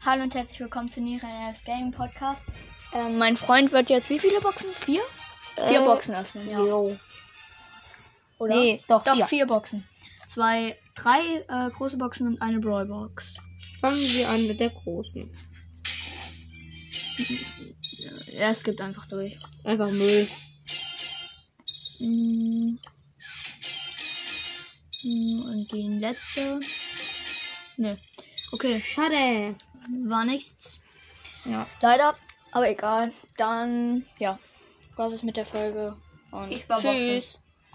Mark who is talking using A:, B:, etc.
A: Hallo und herzlich willkommen zu Nireas Gaming Podcast. Ähm, mein Freund wird jetzt wie viele Boxen? Vier? Vier
B: Äh,
A: Boxen öffnen, ja.
B: Jo.
A: Oder?
B: Nee, doch,
A: Doch,
B: vier.
A: vier Boxen. Zwei, drei äh, große Boxen und eine Brawl Box.
B: Fangen wir an mit der großen.
A: Ja, es gibt einfach durch.
B: Einfach Müll.
A: Mm. Mm, Und die letzte. Nö. Okay,
B: Schade.
A: war nichts.
B: Ja.
A: Leider, aber egal. Dann, ja. Was ist mit der Folge? Und
B: Ich war
A: tschüss.
B: Boxen.